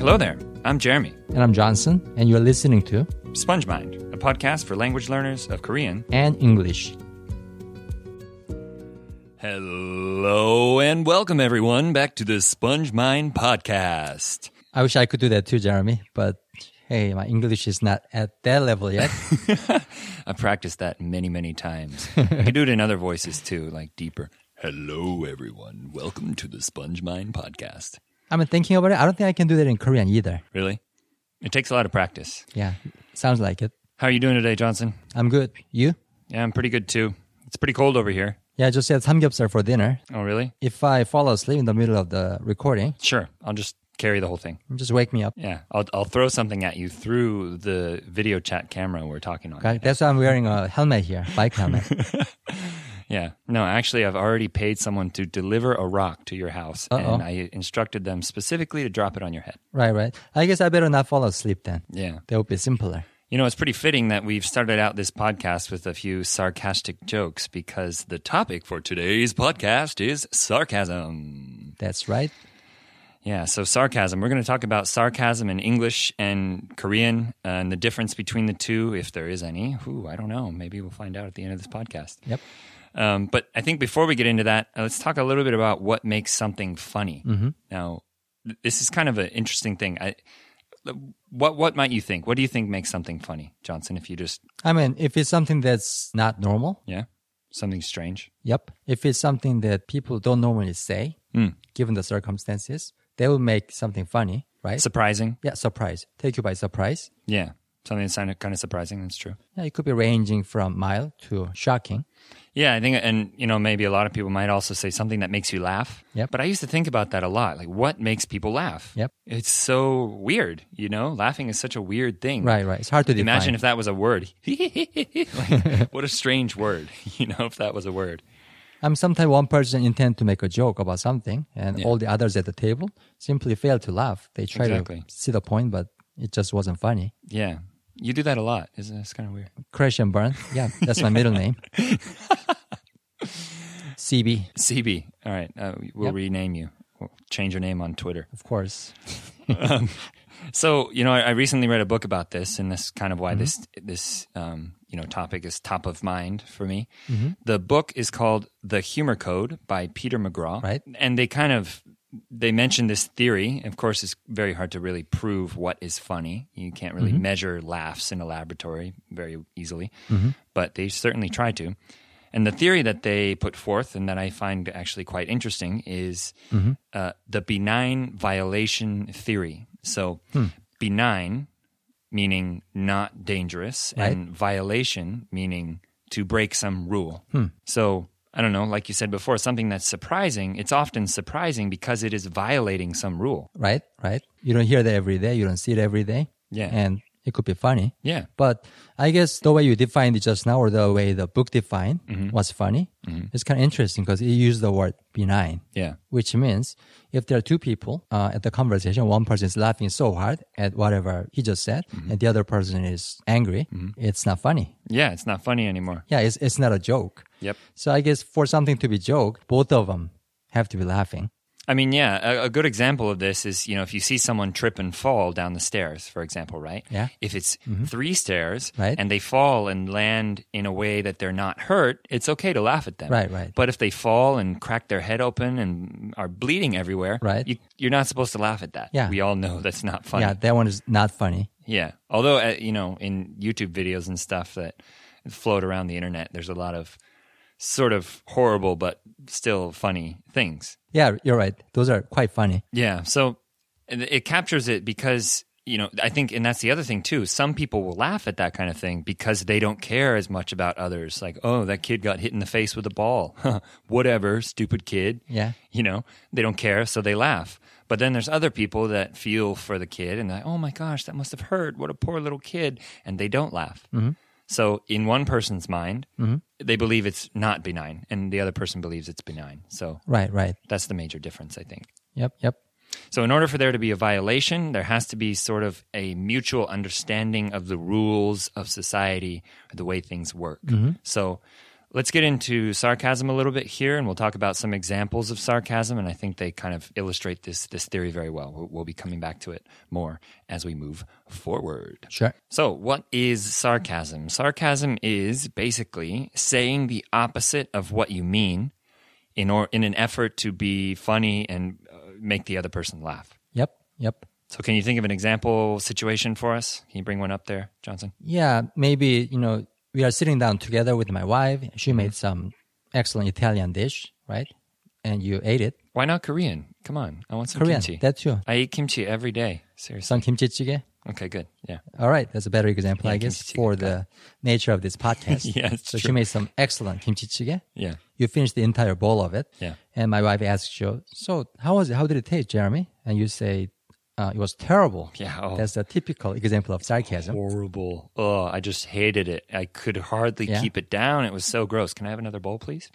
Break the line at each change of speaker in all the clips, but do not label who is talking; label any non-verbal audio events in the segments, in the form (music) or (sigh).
Hello there. I'm Jeremy,
And I'm Johnson, and you're listening to
Sponge Mind, a podcast for language learners of Korean.
And English.
Hello and welcome everyone back to the Sponge Mind podcast.
I wish I could do that too, Jeremy, but hey, my English is not at that level yet.
I practiced that many, many times. I can do it in other voices too, like deeper. Hello everyone. Welcome to the Sponge Mind podcast.
i am thinking about it. I don't think I can do that in Korean either.
Really? It takes a lot of practice.
Yeah, sounds like it.
How are you doing today, Johnson?
I'm good. You?
Yeah, I'm pretty good too. It's pretty cold over here.
Yeah, I just had samgyeopsal for dinner.
Oh, really?
If I fall asleep in the middle of the recording,
Sure. I'll just carry the whole thing.
just wake me up.
Yeah, I'll, I'll throw something at you through the video chat camera we're talking on.
Okay, That's why I'm wearing a helmet here, bike helmet.
Yeah, no, actually, I've already paid someone to deliver a rock to your house, and I instructed them specifically to drop it on your head.
right, right. I guess I better not fall asleep then.
Yeah.
That would be simpler.
You know, it's pretty fitting that we've started out this podcast with a few sarcastic jokes because the topic for today's podcast is sarcasm.
That's right.
Yeah, so sarcasm. We're going to talk about sarcasm in English and Korean uh, and the difference between the two, if there is any. Ooh, I don't know. Maybe we'll find out at the end of this podcast.
Yep.
Um, but I think before we get into that, uh, let's talk a little bit about what makes something funny. Now, th- this is kind of an interesting thing. I, what what might you think? What do you think makes something funny, Johnson? If you just
I mean, if it's something that's not normal,
yeah, something strange.
Yep. If it's something that people don't normally say,
Hmm.
given the circumstances, they will make something funny, right?
Surprising.
yeah, surprise. Take you by surprise.
Yeah. Something that sounded kind of surprising. That's true.
Yeah, it could be ranging from mild to shocking.
Yeah, I think, and you know, maybe a lot of people might also say something that makes you laugh.
Yep.
But I used to think about that a lot. Like, what makes people laugh?
Yep.
It's so weird, you know? Laughing is such a weird thing.
Right, right. It's hard to define.
Imagine if that was a word. (laughs) Like, what a strange word, (laughs) you know, if that was a word.
I'm sometimes one person intend to make a joke about something, and all the others at the table simply fail to laugh. They try
Exactly.
to see the point, but it just wasn't funny.
Yeah. You do that a lot. Isn't it? It's kind of weird.
Crash and burn. Yeah, that's my middle
(laughs)
name. CB,
CB. All right. Uh, we'll rename you. We'll change your name on Twitter.
of course.
So you know, I, I recently read a book about this, and that's kind of why this this um, you know topic is top of mind for me. The book is called "The Humor Code" by Peter McGraw,
Right.
And they kind of they mention this theory. Of course, it's very hard to really prove what is funny. You can't really measure laughs in a laboratory very easily, but they certainly try to. And the theory that they put forth, and that I find actually quite interesting, is uh, the benign violation theory. So, benign meaning not dangerous, and violation meaning to break some rule. So, I don't know, like you said before, something that's surprising, it's often surprising because it is violating some rule.
right? Right. You don't hear that every day. You don't see it every day.
Yeah.
And it could be funny.
Yeah.
But I guess the way you defined it just now, or the way the book defined
Mm-hmm.
was funny, it's kind of interesting because it used the word benign,
Yeah.
which means if there are two people uh, at the conversation, one person is laughing so hard at whatever he just said,
Mm-hmm.
and the other person is angry, it's not funny.
Yeah, it's not funny anymore.
Yeah, it's, it's not a joke.
Yep.
So I guess for something to be joke, both of them have to be laughing.
I mean, yeah, a, a good example of this is, you know, if you see someone trip and fall down the stairs, for example, right?
Yeah.
If it's three stairs
Right.
and they fall and land in a way that they're not hurt, it's okay to laugh at them.
Right, right.
But if they fall and crack their head open and are bleeding everywhere,
Right.
you, you're not supposed to laugh at that.
Yeah.
We all know (laughs) that's not funny.
Yeah, that one is not funny.
Yeah. Although, uh, you know, in YouTube videos and stuff that float around the internet, there's a lot of sort of horrible but still funny things.
Yeah, you're right. Those are quite funny.
Yeah. So it it captures it because, you know, I think, and that's the other thing too. Some people will laugh at that kind of thing because they don't care as much about others. Like, oh, that kid got hit in the face with a ball. (laughs) Whatever, stupid kid.
Yeah.
You know, they don't care, so they laugh. But then there's other people that feel for the kid and like, oh my gosh, that must have hurt. What a poor little kid. And they don't laugh. So in one person's mind, they believe it's not benign, and the other person believes it's benign. So
Right, right.
that's the major difference, I think.
Yep, yep.
So, in order for there to be a violation, there has to be sort of a mutual understanding of the rules of society, or the way things work. So, Let's get into sarcasm a little bit here, and we'll talk about some examples of sarcasm. And I think they kind of illustrate this this theory very well. We'll, we'll be coming back to it more as we move forward.
Sure.
So, what is sarcasm? Sarcasm is basically saying the opposite of what you mean in or in an effort to be funny and uh, make the other person laugh.
Yep. Yep.
So, can you think of an example situation for us? Can you bring one up there, Johnson?
Yeah, maybe, you know, we are sitting down together with my wife. She
Mm-hmm.
made some excellent Italian dish, right? And you ate it.
Why not Korean? Come on, I want some
Korean.
kimchi.
That too.
I eat kimchi every day. Seriously.
Some kimchi jjigae.
Okay, good. Yeah.
All right, that's a better example, I guess,
kimchi jjigae,
for the nature
(laughs)
of this podcast.
Yeah, it's
so she
true.
made some excellent kimchi jjigae.
Yeah.
You finished the entire bowl of it.
Yeah.
And my wife asks you, "So how was it? How did it taste, Jeremy?" And you say, uh, "It was terrible."
Yeah, oh.
That's a typical example of sarcasm.
Horrible. Oh, I just hated it. I could hardly
Yeah.
keep it down. It was so gross. Can I have another bowl,
(laughs)
please?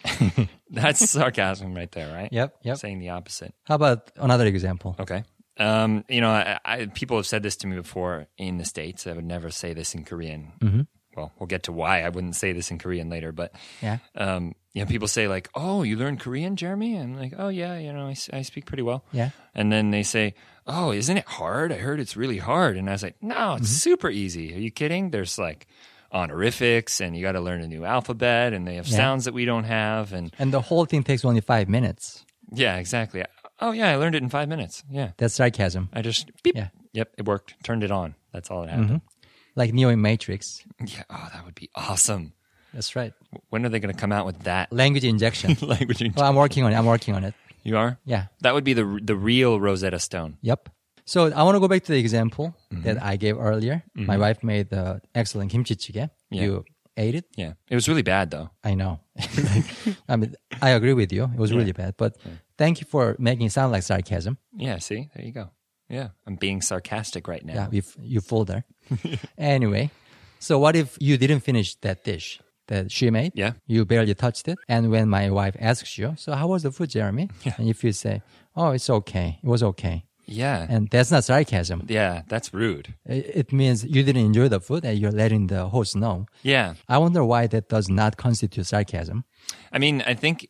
That's sarcasm right there, right?
Yep, yep.
Saying the opposite.
How about another example?
Okay. Um, you know, I, I, people have said this to me before in the States. I would never say this in Korean.
Mm-hmm.
Well, we'll get to why I wouldn't say this in Korean later, but
Yeah.
um, you know, people say like, "Oh, you learn Korean, Jeremy?" I'm like, "Oh yeah, you know, I, s- I speak pretty well."
Yeah.
And then they say, "Oh, isn't it hard? I heard it's really hard." And I was like, "No, it's
Mm-hmm.
super easy. Are you kidding? There's like honorifics, and you got to learn a new alphabet, and they have
Yeah.
sounds that we don't have, and
And the whole thing takes only five minutes.
yeah, exactly. Oh yeah, I learned it in five minutes. Yeah,
That's sarcasm.
I just beep.
Yeah.
Yep, it worked. Turned it on. That's all that happened.
Like Neo in Matrix.
Yeah. Oh, that would be awesome.
That's right.
When are they going to come out with that (laughs)
Language injection.
language?
well, I'm working on it. I'm working on it.
You are.
Yeah.
That would be the the real Rosetta Stone.
Yep. So I want to go back to the example
Mm-hmm.
that I gave earlier. My wife made the excellent kimchi jjigae.
Yeah.
You ate it.
Yeah. It was really bad though.
I know. (laughs) I mean, I agree with you. It was really bad, but thank you for making it sound like sarcasm.
Yeah, see? There you go. Yeah. I'm being sarcastic right now.
Yeah, you, f- you fooled her. anyway, so what if you didn't finish that dish that she made?
Yeah.
You barely touched it. And when my wife asks you, so how was the food, Jeremy? And if you say, oh, it's okay. It was okay.
Yeah.
And that's not sarcasm.
yeah, that's rude.
It it means you didn't enjoy the food and you're letting the host know.
Yeah.
I wonder why that does not constitute sarcasm.
I mean, I think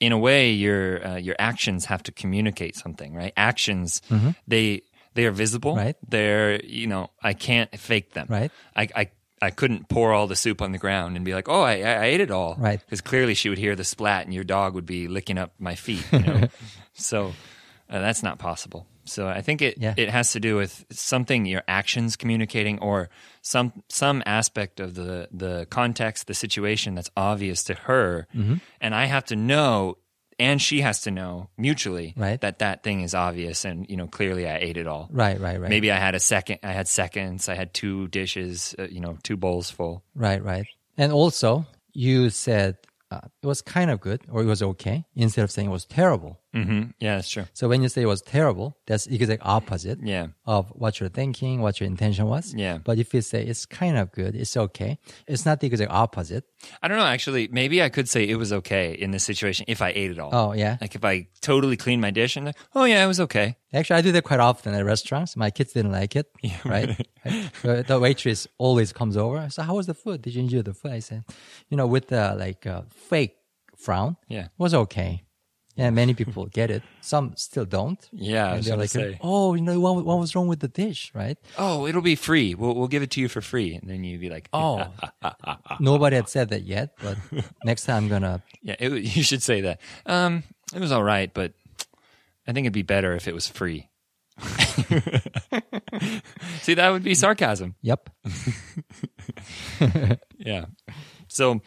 in a way your uh, your actions have to communicate something, right? Actions they they are visible.
Mm-hmm. Right.
They're, you know, I can't fake them.
Right.
I I I couldn't pour all the soup on the ground and be like, "Oh, I, I I ate it all,"
Right.
Because clearly she would hear the splat, and your dog would be licking up my feet. You
(laughs)
know? so uh, that's not possible. So I think it
Yeah.
it has to do with something your actions communicating, or some some aspect of the the context, the situation that's obvious to her,
Mm-hmm.
and I have to know, and she has to know mutually
Right.
that that thing is obvious, and you know clearly I ate it all.
Right, right, right.
Maybe I had a second. I had seconds. I had two dishes. Uh, you know, two bowls full.
Right, right. And also, you said uh, it was kind of good or it was okay instead of saying it was terrible.
Mm-hmm. Yeah, that's true.
So when you say it was terrible, that's exact opposite
Yeah,
of what you're thinking, what your intention was.
Yeah.
But if you say it's kind of good, it's okay, it's not the exact opposite.
I don't know. Actually, maybe I could say it was okay in this situation if I ate it all.
Oh, yeah.
Like if I totally cleaned my dish and like, oh yeah, it was okay.
Actually, I do that quite often at restaurants. My kids didn't like it,
(laughs)
right? Right. Uh, the waitress always comes over. So how was the food? Did you enjoy the food? I said, you know, with the like uh, fake frown.
Yeah.
it was okay. Yeah, many
(laughs)
people get it. Some still don't.
Yeah, I
and
was
they're
gonna
like,
say.
oh, you know, what, what was wrong with the dish,
(laughs)
right?
Oh, it'll be free. We'll we'll give it to you for free, and then you'd be like,
Oh, nobody had said that yet, but
(laughs)
next time I'm gonna.
yeah. It, (laughs) wa- you should say that. Um, it was all right, but I think it'd be better if it was free. (laughs) See, that would be sarcasm.
Yep.
Yeah. So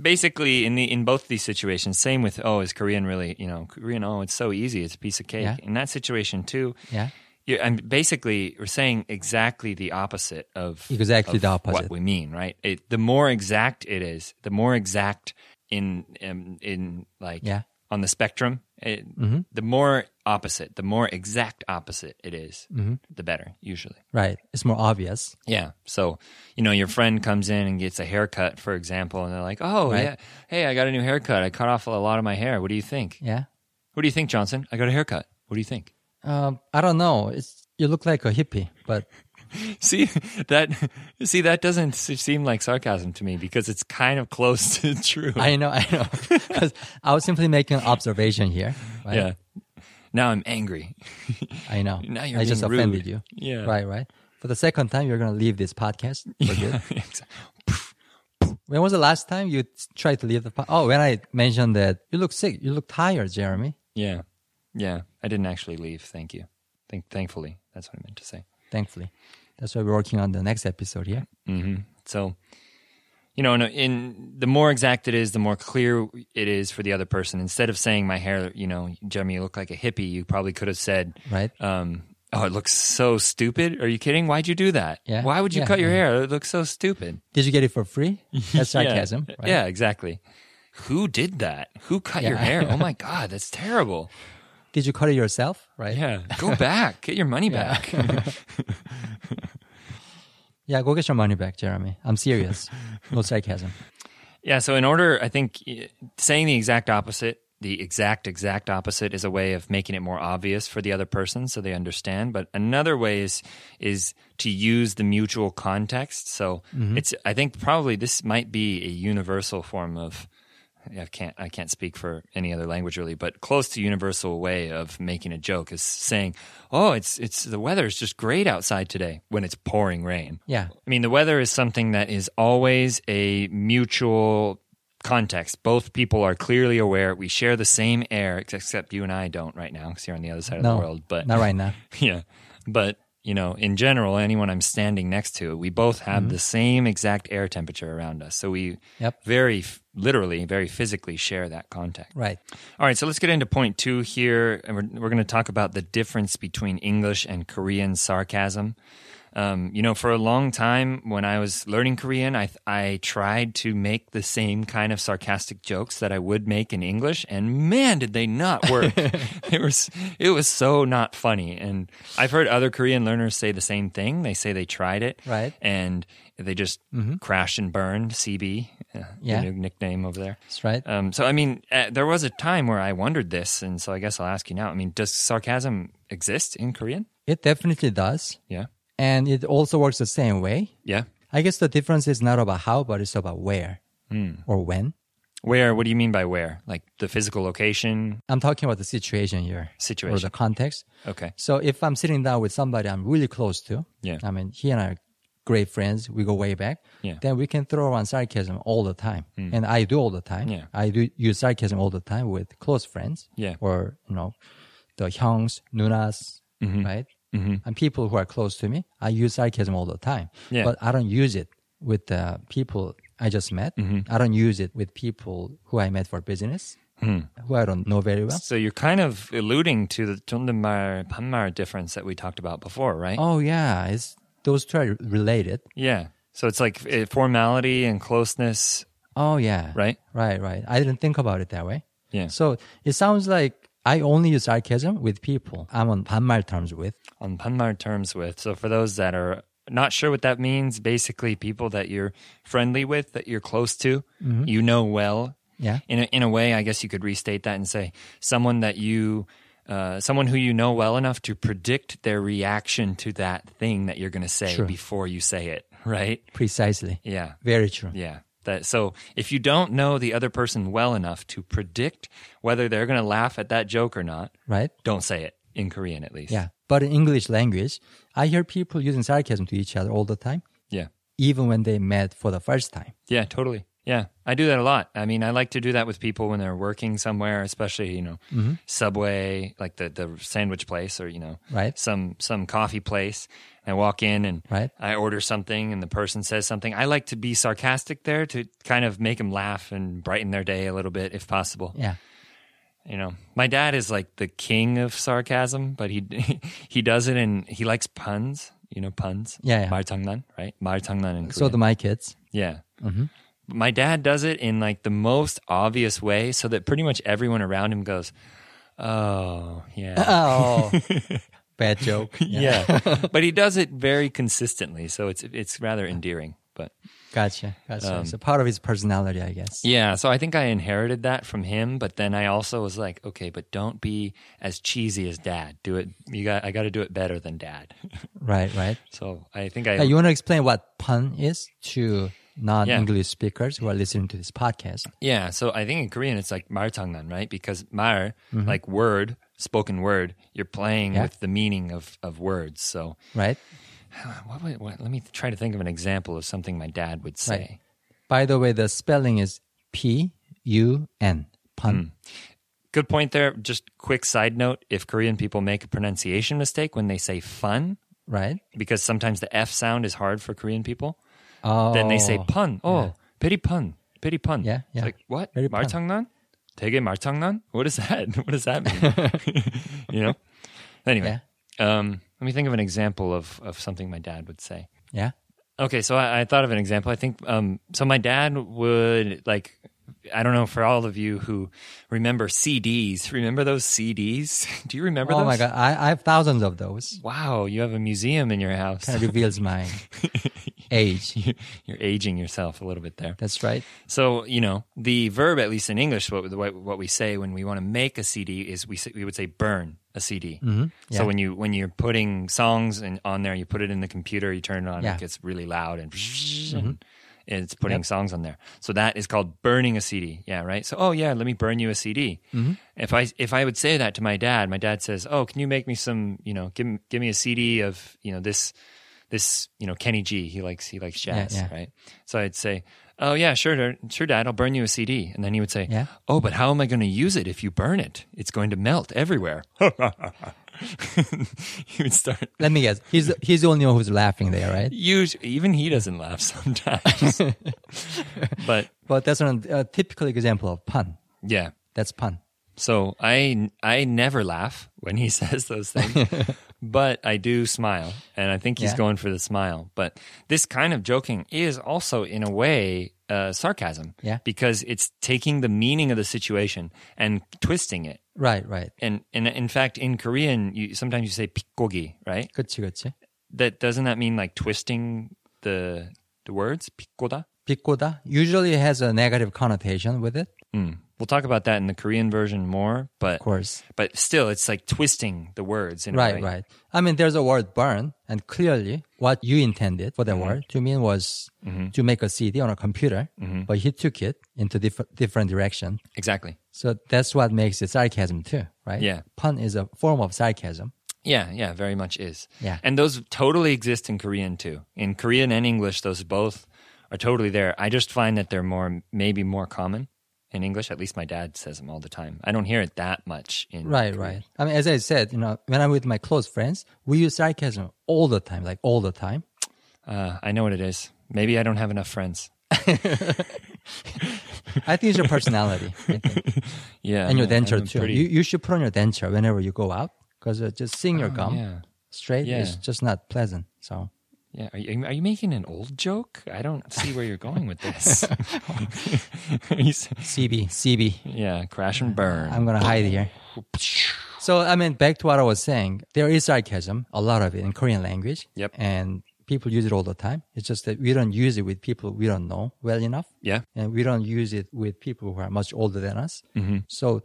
basically in the in both these situations same with oh is korean really you know korean oh it's so easy it's a piece of cake
Yeah.
in that situation too
Yeah.
you're, i'm basically we're saying exactly the opposite of
Exactly
of
the opposite.
what we mean right it, the more exact it is the more exact in in, in like
Yeah. Mm-hmm.
on the spectrum it, the more opposite the more exact opposite it is,
Mm-hmm.
the better usually
Right. It's more obvious.
yeah. So, you know, your friend comes in and gets a haircut, for example, and they're like, "Oh,
Right.
yeah, hey, I got a new haircut. I cut off a lot of my hair. What do you think?
Yeah.
What do you think, Johnson? I got a haircut. What do you think?" (laughs) (laughs)
Um, I don't know. It's you look like a hippie, but
see that see that doesn't s- seem like sarcasm to me because it's kind of close (laughs) to true.
I know, I
(laughs)
know. 'Cause I was simply making an observation here. Right?
yeah. Now I'm angry.
I know.
Now you're
I just
being rude.
offended you.
Yeah.
(laughs) Right, right. For the second time, you're going to leave this podcast
(laughs)
for good. When was the last time you tried to leave the podcast? Oh, when I mentioned that you look sick, you look tired, Jeremy.
yeah. Yeah. I didn't actually leave. Thank you. Thank thankfully. That's what I meant to say.
Thankfully, that's why we're working on the next episode here.
hmm So, you know, in, in the more exact it is, the more clear it is for the other person. Instead of saying my hair, you know, Jeremy, you look like a hippie, you probably could have said,
Right?
um, "Oh, it looks so stupid." Are you kidding? Why'd you do that?
Yeah.
Why would you
Yeah.
cut your hair? It looks so stupid.
Did you get it for
(laughs)
free? That's sarcasm.
Yeah,
Right?
yeah exactly. Who did that? Who cut your
Yeah.
hair? Oh
(laughs)
my god, that's terrible.
Did you cut it yourself? Right?
Yeah, go back, get your money back.
(laughs) Yeah, go get your money back, Jeremy.
(laughs)
I'm serious. no sarcasm.
Yeah, so in order, I think eh, saying the exact opposite, the exact, exact opposite is a way of making it more obvious for the other person so they understand. But another way is is to use the mutual context. So it's I think probably this might be a universal form of I can't I can't speak for any other language really, but close to universal way of making a joke is saying, "Oh, it's it's the weather is just great outside today when it's pouring rain."
Yeah.
I mean, the weather is something that is always a mutual context. Both people are clearly aware. We share the same air, ex- except you and I don't right now because you're on the other side of
No.
the world. But
Not right now.
(laughs) yeah, but you know, in general, anyone I'm standing next to, we both have the same exact air temperature around us. So we
Mm-hmm. Yep.
very f- literally, very physically share that context.
Right.
All right, so let's get into point two here. And we're, we're going to talk about the difference between English and Korean sarcasm. Um, you know, for a long time when I was learning Korean, I, I tried to make the same kind of sarcastic jokes that I would make in English, and man, did they not
(laughs)
work! it was it was so not funny. And I've heard other Korean learners say the same thing. They say they tried it,
Right. Mm-hmm.
and they just crashed and burned. CB, uh,
Yeah.
the new nickname over there.
That's right.
Um, so, I mean, uh, there was a time where I wondered this, and so I guess I'll ask you now. I mean, does sarcasm exist in Korean?
It definitely does.
Yeah.
And it also works the same way.
Yeah.
I guess the difference is not about how, but it's about where
Hmm.
or when.
Where? What do you mean by where? Like the physical location?
I'm talking about the situation here or
Situation.
the context.
Okay.
So if I'm sitting down with somebody I'm really close to,
Yeah.
I mean, he and I are great friends. We go way back.
Yeah. Hmm.
Then we can throw around sarcasm all the time, and I do all the time.
Yeah.
I do use sarcasm all the time with close friends.
Yeah.
Or you know, the hyungs, nunas,
Mm-hmm.
right? And people who are close to me, I use sarcasm all the time.
Yeah.
But I don't use it with uh, people I just met.
Mm-hmm.
I don't use it with people who I met for business,
Hmm.
who I don't know very well.
So you're kind of alluding to the 존댓말 반말 difference that we talked about before, right?
Oh yeah, it's those two are related.
Yeah. So it's like uh, formality and closeness,
Oh yeah.
right?
Right, right. I didn't think about it that way.
Yeah.
So it sounds like I only use sarcasm with people I'm on 반말 terms with.
on Panmar terms with. So for those that are not sure what that means, basically people that you're friendly with, that you're close to, you know well.
Yeah.
In a, in a way, I guess you could restate that and say someone that you, uh, someone who you know well enough to predict their reaction to that thing that you're going to say before you say it, (laughs) right?
Precisely.
Yeah.
Very true.
Yeah. That, so if you don't know the other person well enough to predict whether they're going to laugh at that joke or not,
Right?
don't say it in Korean at least.
Yeah. But in English language, I hear people using sarcasm to each other all the time,
Yeah.
even when they met for the first time.
Yeah, totally. Yeah, I do that a lot. I mean, I like to do that with people when they're working somewhere, especially you know,
Mm-hmm.
Subway, like the the sandwich place, or you know,
Right.
some some coffee place. And I walk in and
Right.
I order something, and the person says something. I like to be sarcastic there to kind of make them laugh and brighten their day a little bit, if possible.
Yeah.
You know, my dad is like the king of sarcasm, but he (laughs) he does it and he likes puns. You know, puns.
Yeah, yeah.
말장난, right? 말장난 in Korean.
So do my kids.
Yeah. My dad does it in like the most obvious way so that pretty much everyone around him goes, Oh, yeah.
Oh. (laughs)
(laughs)
Bad joke.
yeah. but he does it very consistently. So it's, it's rather endearing. But
Gotcha. Gotcha. so part of his personality, I guess.
Um, Yeah, so I think I inherited that from him, but then I also was like, okay, but don't be as cheesy as dad. Do it. You got. I got to do it better than dad.
Right. Right.
so I think I.
Now, you want to explain what pun is to non-English speakers who are listening to this podcast?
yeah. So I think in Korean it's like martangnan, right? Because mar, like word, spoken word, you're playing
Yeah.
with the meaning of of words. So
Right.
Uh, what, would what, let me try to think of an example of something my dad would say.
Right. By the way, the spelling is P U N pun.
Hmm. Good point there. Just quick side note: if Korean people make a pronunciation mistake when they say "fun,"
Right.
because sometimes the F sound is hard for Korean people,
Oh.
then they say "pun." Oh, pity pun, pity pun.
Yeah,
It's
yeah.
like what?
Very pun.
말장난? 되게 말장난? What is that? (laughs) What does that mean? (laughs) you know. Anyway, um, let me think of an example of of something my dad would say.
Yeah.
Okay, so I, I thought of an example. I think um, so. My dad would like. I don't know for all of you who remember CDs. Remember those CDs? (laughs) Do you remember?
Oh
those?
my God. I, I have thousands of those.
Wow, you have a museum in your house.
Kind of reveals
(laughs)
my age.
You're aging yourself a little bit there.
That's right.
So you know the verb, at least in English, what what, what we say when we want to make a CD is we say, we would say burn a CD.
Mm-hmm. yeah.
So when you when you're putting songs and on there, you put it in the computer, you turn it on,
Yeah. Mm-hmm.
it gets really loud and. and It's putting songs on there, so that is called burning a CD. Yeah, right. So, oh yeah, let me burn you a CD.
Mm-hmm.
If I if I would say that to my dad, my dad says, "Oh, can you make me some? You know, give m- give me a CD of you know this this you know Kenny G. He likes he likes jazz,
yeah.
right? So I'd say, "Oh yeah, sure, dar- sure, Dad, I'll burn you a CD." And then he would say,
Yeah.
"Oh, but how am I going to use it if you burn it? It's going to melt everywhere." (laughs) he would start.
Let me guess. He's he's the only one who's laughing there, right?
Use even he doesn't laugh sometimes, but
But that's an, a typical example of pun.
yeah.
That's pun.
So I I never laugh when he (laughs) says those things,
(laughs)
but I do smile, and I think he's
Yeah.
going for the smile. But this kind of joking is also, in a way, uh, sarcasm,
Yeah.
because it's taking the meaning of the situation and twisting it.
Right, right.
And and in fact, in Korean, you sometimes you say "pikkogi," right?
그치, 그치.
That doesn't that mean like twisting the the words "pikkoda"?
비꼬다 usually has a negative connotation with it,
Mm. We'll talk about that in the Korean version more, but
of course.
but still, it's like twisting the words in a
Right,
way.
right. I mean, there's a word burn, and clearly what you intended for that
Mm-hmm.
word to mean was to make a CD on a computer, but he took it into diff- different direction.
Exactly.
So that's what makes it sarcasm too, right?
Yeah.
Pun is a form of sarcasm.
Yeah, yeah, very much is.
Yeah.
And those totally exist in Korean too. In Korean and English, those both are totally there. I just find that they're more, maybe more common in English. At least my dad says them all the time. I don't hear it that much in
Right, right. I mean, as I said, you know, when I'm with my close friends, we use sarcasm all the time, like all the time.
Uh, I know what it is. Maybe I don't have enough friends.
I think it's
(laughs)
your personality I think.
Yeah.
and your
I'm a- I'm
denture
a
too.
pretty-
You, you should put on your denture whenever you go out because uh, just seeing your gum
Oh, yeah.
straight is
Yeah.
just not pleasant. So
yeah. Are you, are you making an old joke? I don't see where you're going with
(laughs)
this. (laughs) You s-
CB, CB.
yeah, crash and burn.
I'm gonna hide here. So I mean, back to what I was saying. There is sarcasm, a lot of it in Korean language.
Yep.
And people use it all the time. It's just that we don't use it with people we don't know well enough,
yeah.
and we don't use it with people who are much older than us.
Mm-hmm.
So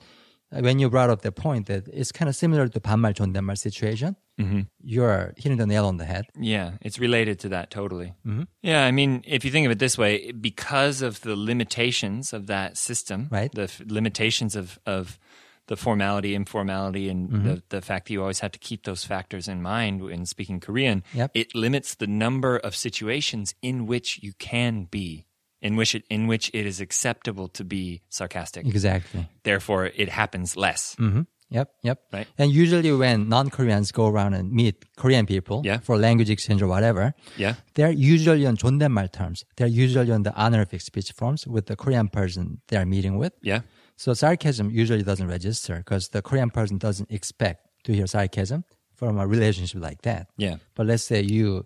uh, when you brought up the point that it's kind of similar to 반말 존댓말 situation,
Mm-hmm.
you're hitting the nail on the head.
Yeah, it's related to that totally. Mm-hmm. Yeah, I mean, if you think of it this way, because of the limitations of that system,
Right.
The f- limitations of of the formality, informality, and
Mm-hmm.
the, the fact that you always have to keep those factors in mind when speaking Korean,
Yep.
it limits the number of situations in which you can be, in which it, in which it is acceptable to be sarcastic.
Mm. Exactly.
Therefore, it happens less.
hmm Yep, yep.
Right.
And usually, when non-Koreans go around and meet Korean people
Yeah.
for language exchange or whatever,
Yeah,
they're usually on 존댓말 terms. They're usually on the honorific speech forms with the Korean person they're meeting with.
yeah,
So sarcasm usually doesn't register because the Korean person doesn't expect to hear sarcasm from a relationship like that.
yeah,
But let's say you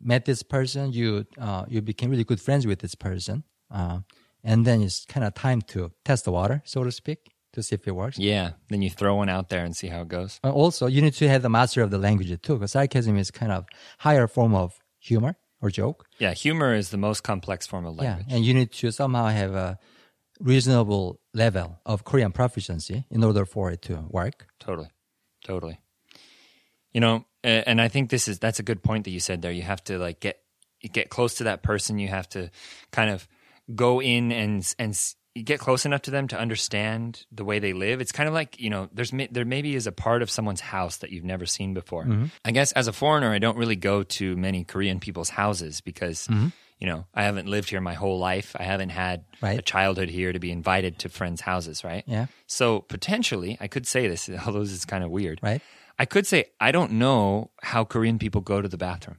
met this person, you uh, you became really good friends with this person, uh, and then it's kind of time to test the water, so to speak, to see if it works.
yeah. Then you throw one out there and see how it goes.
Uh, also, you need to have the mastery of the language too, because sarcasm is kind of higher form of humor. or joke.
Yeah, humor is the most complex form of language.
Yeah, and you need to somehow have a reasonable level of Korean proficiency in order for it to work.
Totally, totally. You know, a- and I think this is that's a good point that you said there. You have to like get get close to that person. You have to kind of go in and s- and s- get close enough to them to understand the way they live. It's kind of like you know, there's ma- there maybe is a part of someone's house that you've never seen before.
Mm-hmm.
I guess as a foreigner, I don't really go to many Korean people's houses because.
Mm-hmm.
You know, I haven't lived here my whole life. I haven't had a
Right.
childhood here to be invited to friends' houses, right?
Yeah.
So potentially, I could say this, (laughs) although this is kind of weird.
Right.
I could say I don't know how Korean people go to the bathroom.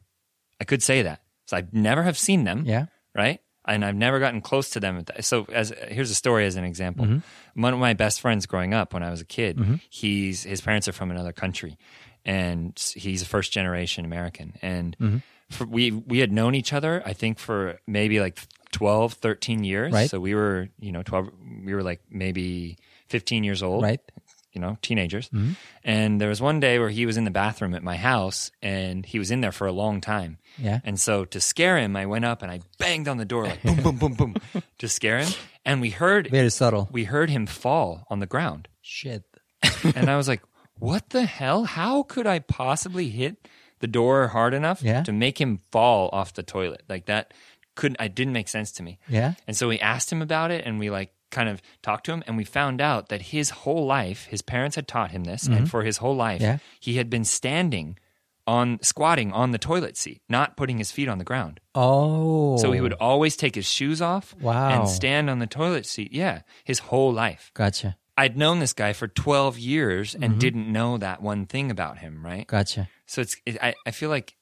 I could say that. So I never have seen them.
Yeah.
Right. And I've never gotten close to them. So as here's a story as an example.
Mm-hmm.
One of my best friends growing up when I was a kid, he's his parents are from another country, and he's a first generation American. And
Mm-hmm.
for, we we had known each other, I think, for maybe like 12, 13 years.
Right.
So we were you know twelve. We were like maybe fifteen years old
Right. Mm-hmm.
you know, teenagers. And there was one day where he was in the bathroom at my house and he was in there for a long time.
Yeah.
And so to scare him, I went up and I banged on the door
(laughs)
like boom, boom, boom, boom to scare him. And we heard
Very subtle.
we heard him fall on the ground.
Shit.
And I was like, What the hell? How could I possibly hit the door hard enough
Yeah.
to make him fall off the toilet? Like that couldn't I didn't make sense to me.
Yeah.
And so we asked him about it and we like kind of talked to him and we found out that his whole life, his parents had taught him this, and for his whole life,
Mm-hmm. Yeah.
he had been standing on squatting on the toilet seat, not putting his feet on the ground.
Oh.
So he would always take his shoes off
Wow.
and stand on the toilet seat. Yeah, his whole life.
Gotcha.
I'd known this guy for 12 years
Mm-hmm.
and didn't know that one thing about him, right?
Gotcha.
So it's it, I, I feel like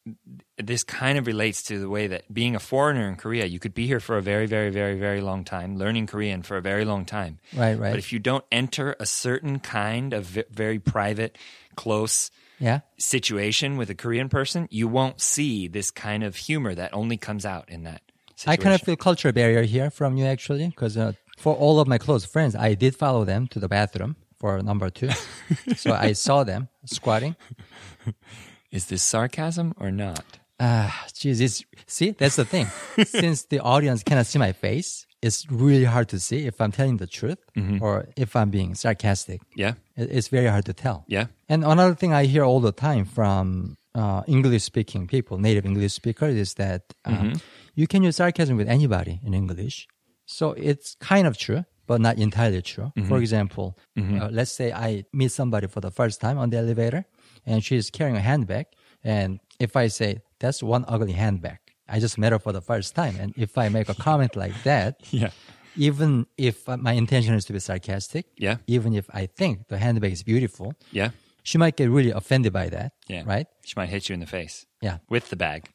this kind of relates to the way that being a foreigner in Korea, you could be here for a very, very, very, very long time, learning Korean for a very long time.
Right. Right.
But if you don't enter a certain kind of ve- very private, close
yeah.
situation with a Korean person, you won't see this kind of humor that only comes out in that
I
situation.
kind of feel culture barrier here from you actually, because uh, for all of my close friends, I did follow them to the bathroom for number
(laughs)
two, so I saw them squatting.
Is this sarcasm or not?
Ah, (sighs) jeez, it's see that's the thing. Since the audience cannot see my face, it's really hard to see if I'm telling the truth or if I'm being sarcastic.
Yeah,
It- It's very hard to tell.
yeah,
And another thing I hear all the time from uh, English speaking people, native English speakers, is that uh,
Mm-hmm.
you can use sarcasm with anybody in English. So it's kind of true, but not entirely true.
Mm-hmm.
For example, uh, let's say I meet somebody for the first time on the elevator and she's carrying a handbag. And if I say, that's one ugly handbag, I just met her for the first time. And if I make a comment like that,
(laughs) yeah,
even if uh, my intention is to be sarcastic,
Yeah.
even if I think the handbag is beautiful,
yeah,
she might get really offended by that.
yeah.
Right?
She might hit you in the face
Yeah.
with the bag.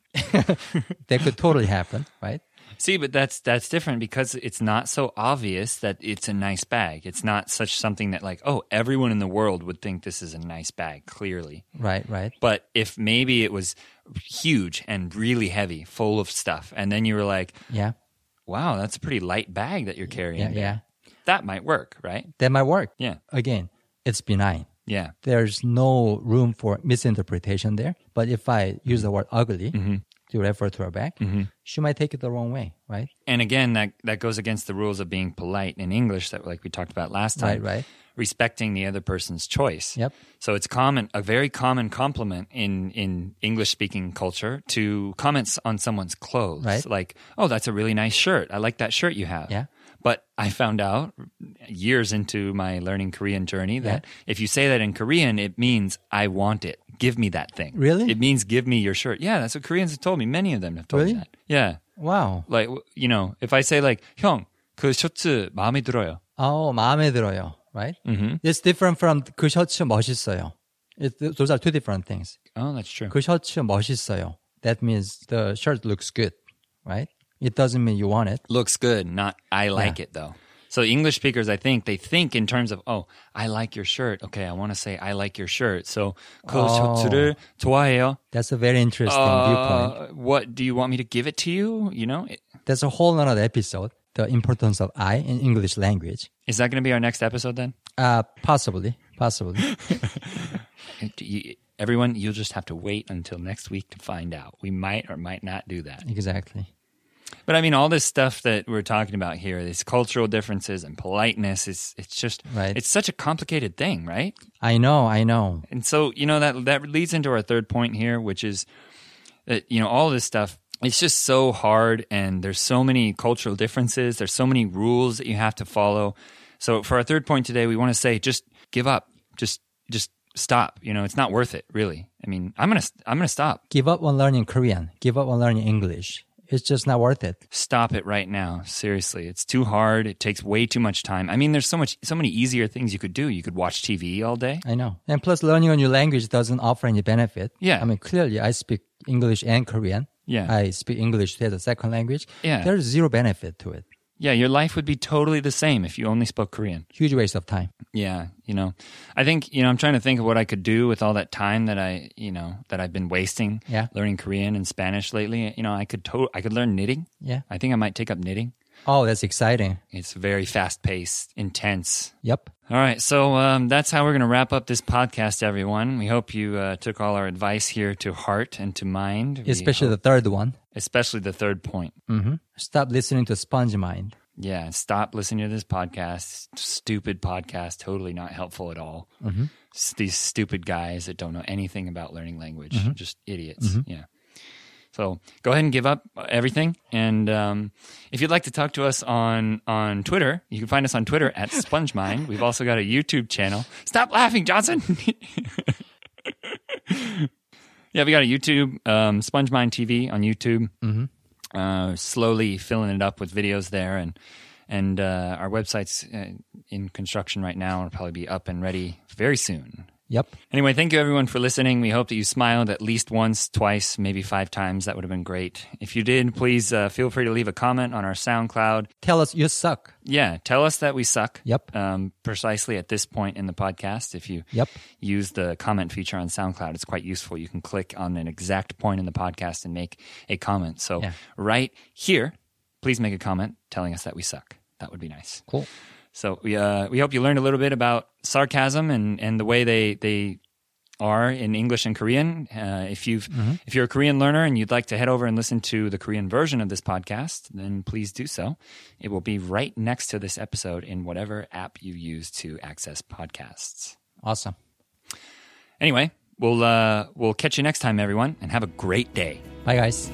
That could totally happen, right?
See, but that's that's different because it's not so obvious that it's a nice bag. It's not such something that like, oh, everyone in the world would think this is a nice bag, clearly.
Right, right.
But if maybe it was huge and really heavy, full of stuff, and then you were like,
Yeah.
wow, that's a pretty light bag that you're carrying.
Yeah,
there.
yeah.
That might work, right?
That might work.
Yeah.
Again, it's benign.
Yeah.
There's no room for misinterpretation there. But if I
Mm-hmm.
use the word ugly to refer to her back, she might take it the wrong way, right?
And again, that that goes against the rules of being polite in English that like we talked about last time.
Right, right.
Respecting the other person's choice.
Yep.
So it's common, a very common compliment in, in English speaking culture to comments on someone's clothes.
Right.
Like, oh, that's a really nice shirt. I like that shirt you have.
Yeah.
But I found out years into my learning Korean journey that if you say that in Korean, it means I want it. Give me that thing.
Really?
It means give me your shirt. Yeah, that's what Koreans have told me. Many of them have told me
Really?
that. Yeah.
Wow.
Like, w- you know, if I say like, 형, 그 셔츠 마음에 들어요.
Oh, 마음에 들어요, right? It's different from 그 셔츠 멋있어요. It, those are two different things.
Oh, that's true.
그 셔츠 멋있어요. That means the shirt looks good, right? It doesn't mean you want it.
looks good, not I like it though. So English speakers, I think they think in terms of, oh, I like your shirt. Okay, I want to say I like your shirt. So 그
Oh.
셔츠를 좋아해요.
That's a very interesting viewpoint.
Uh, what do you want me to give it to you? You know, It-
That's a whole nother episode. The importance of I in English language.
is that going to be our next episode then?
Uh, possibly, possibly.
Do you- Everyone, you'll just have to wait until next week to find out. We might or might not do that.
Exactly.
But I mean, all this stuff that we're talking about here, these cultural differences and politeness, it's it's just
Right.
it's such a complicated thing, right?
I know, I know.
And so, you know, that that leads into our third point here, which is that you know, all this stuff it's just so hard and there's so many cultural differences, there's so many rules that you have to follow. So for our third point today, we want to say just give up. Just just stop, you know, it's not worth it, really. I mean, I'm going to I'm going to stop.
Give up on learning Korean. Give up on learning English. It's just not worth it.
Stop it right now. Seriously. It's too hard. It takes way too much time. I mean, there's so much so many easier things you could do. You could watch TV all day.
I know. And plus, learning a new language doesn't offer any benefit.
Yeah.
I mean, clearly, I speak English and Korean.
Yeah.
I speak English as a second language.
Yeah.
There's zero benefit to it.
Yeah, your life would be totally the same if you only spoke Korean.
Huge waste of time.
Yeah, you know, I think you know I'm trying to think of what I could do with all that time that I you know that I've been wasting
Yeah.
learning Korean and Spanish lately. You know, I could to- I could learn knitting.
Yeah.
I think I might take up knitting.
Oh, that's exciting.
It's very fast paced, intense.
Yep.
All right, so um, that's how we're going to wrap up this podcast, everyone. We hope you uh, took all our advice here to heart and to mind, We
Especially
hope-
the third one.
especially the third point.
hmm Stop listening to Sponge Mind.
Yeah, stop listening to this podcast. Stupid podcast, totally not helpful at all. S- These stupid guys that don't know anything about learning language, just idiots. Yeah. So go ahead and give up everything. And um, if you'd like to talk to us on on Twitter, you can find us on Twitter at SpongeMind. We've also got a YouTube channel. Stop laughing, Johnson. (laughs) yeah, we got a YouTube um, SpongeMind TV on YouTube. Uh, slowly filling it up with videos there, and and uh, our website's uh, in construction right now. It'll probably be up and ready very soon.
Yep.
Anyway, thank you everyone for listening. We hope that you smiled at least once, twice, maybe five times. That would have been great. If you did, please uh, feel free to leave a comment on our SoundCloud.
Tell us you suck.
Yeah, tell us that we suck.
Yep.
Um, precisely at this point in the podcast, if you
Yep.
use the comment feature on SoundCloud, it's quite useful. You can click on an exact point in the podcast and make a comment. So
Yeah.
right here, please make a comment telling us that we suck. That would be nice.
Cool.
So we uh, we hope you learned a little bit about sarcasm and, and the way they they are in English and Korean. Uh, if you've if you're a Korean learner and you'd like to head over and listen to the Korean version of this podcast, then please do so. It will be right next to this episode in whatever app you use to access podcasts.
Awesome.
Anyway, we'll uh, we'll catch you next time, everyone, and have a great day.
Bye, guys.